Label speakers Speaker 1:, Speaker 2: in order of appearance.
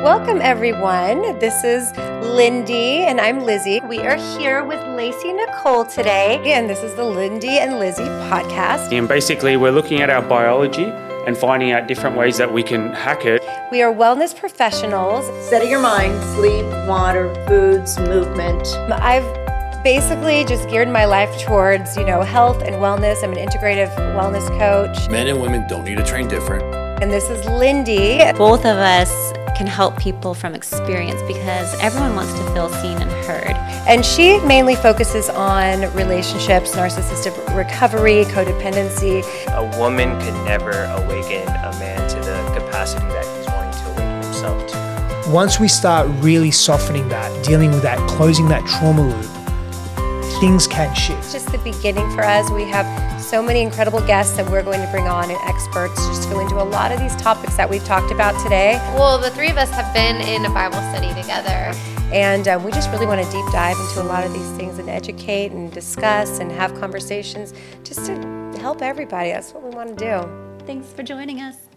Speaker 1: Welcome, everyone. This is Lindy, and I'm Lizzie. We are here with Lacey Nicole today, and this is the Lindy and Lizzie podcast.
Speaker 2: And basically, we're looking at our biology and finding out different ways that we can hack it.
Speaker 1: We are wellness professionals.
Speaker 3: Setting your mind, sleep, water, foods, movement.
Speaker 1: I've basically just geared my life towards, you know, health and wellness. I'm an integrative wellness coach,
Speaker 4: Men and women don't need to train different.
Speaker 1: and this is Lindy.
Speaker 5: both of us can help people from experience because everyone wants to feel seen and heard.
Speaker 1: And she mainly focuses on relationships, narcissistic recovery, codependency,
Speaker 6: A woman could never awaken a man to the capacity that he's wanting to awaken himself to.
Speaker 7: Once we start really softening that, dealing with that, closing that trauma loop, things can
Speaker 1: It's
Speaker 7: shift.
Speaker 1: just the beginning for us. We have so many incredible guests that we're going to bring on and experts just to go into a lot of these topics that we've talked about today.
Speaker 8: Well, the three of us have been in a Bible study together.
Speaker 1: And um, we just really want to deep dive into a lot of these things and educate and discuss and have conversations just to help everybody. That's what we want to do.
Speaker 5: Thanks for joining us.